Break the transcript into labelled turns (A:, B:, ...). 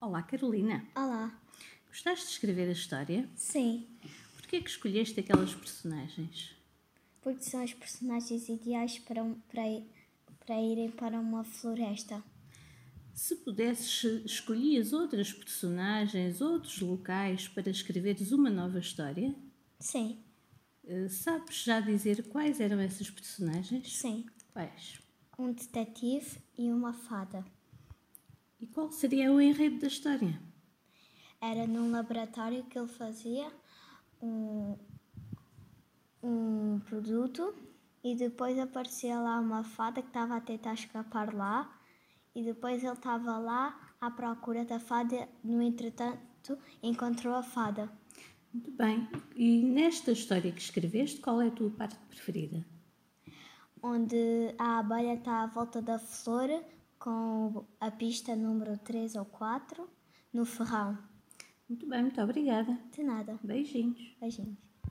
A: Olá, Carolina.
B: Olá.
A: Gostaste de escrever a história?
B: Sim,
A: Porquê é que escolheste aquelas personagens?
B: porque são os personagens ideais para, um- para, i- para irem para uma floresta.
A: Se pudesses, escolhias outras personagens, outros locais para escreveres uma nova história?
B: Sim,
A: Eh, Sabes já dizer quais eram essas personagens?
B: sim.
A: Quais?
B: Um detetive e uma fada.
A: E qual seria o enredo da história?
B: Era num laboratório que ele fazia um, um produto e depois aparecia lá uma fada que estava a tentar escapar lá e depois ele estava lá à procura da fada, no entretanto encontrou a fada.
A: Muito bem. E nesta história que escreveste, qual é a tua parte preferida?
B: onde a abelha está à volta da flor com a pista número 3 ou 4 no ferrão.
A: Muito bem, muito obrigada.
B: De nada.
A: Beijinhos.
B: Beijinhos.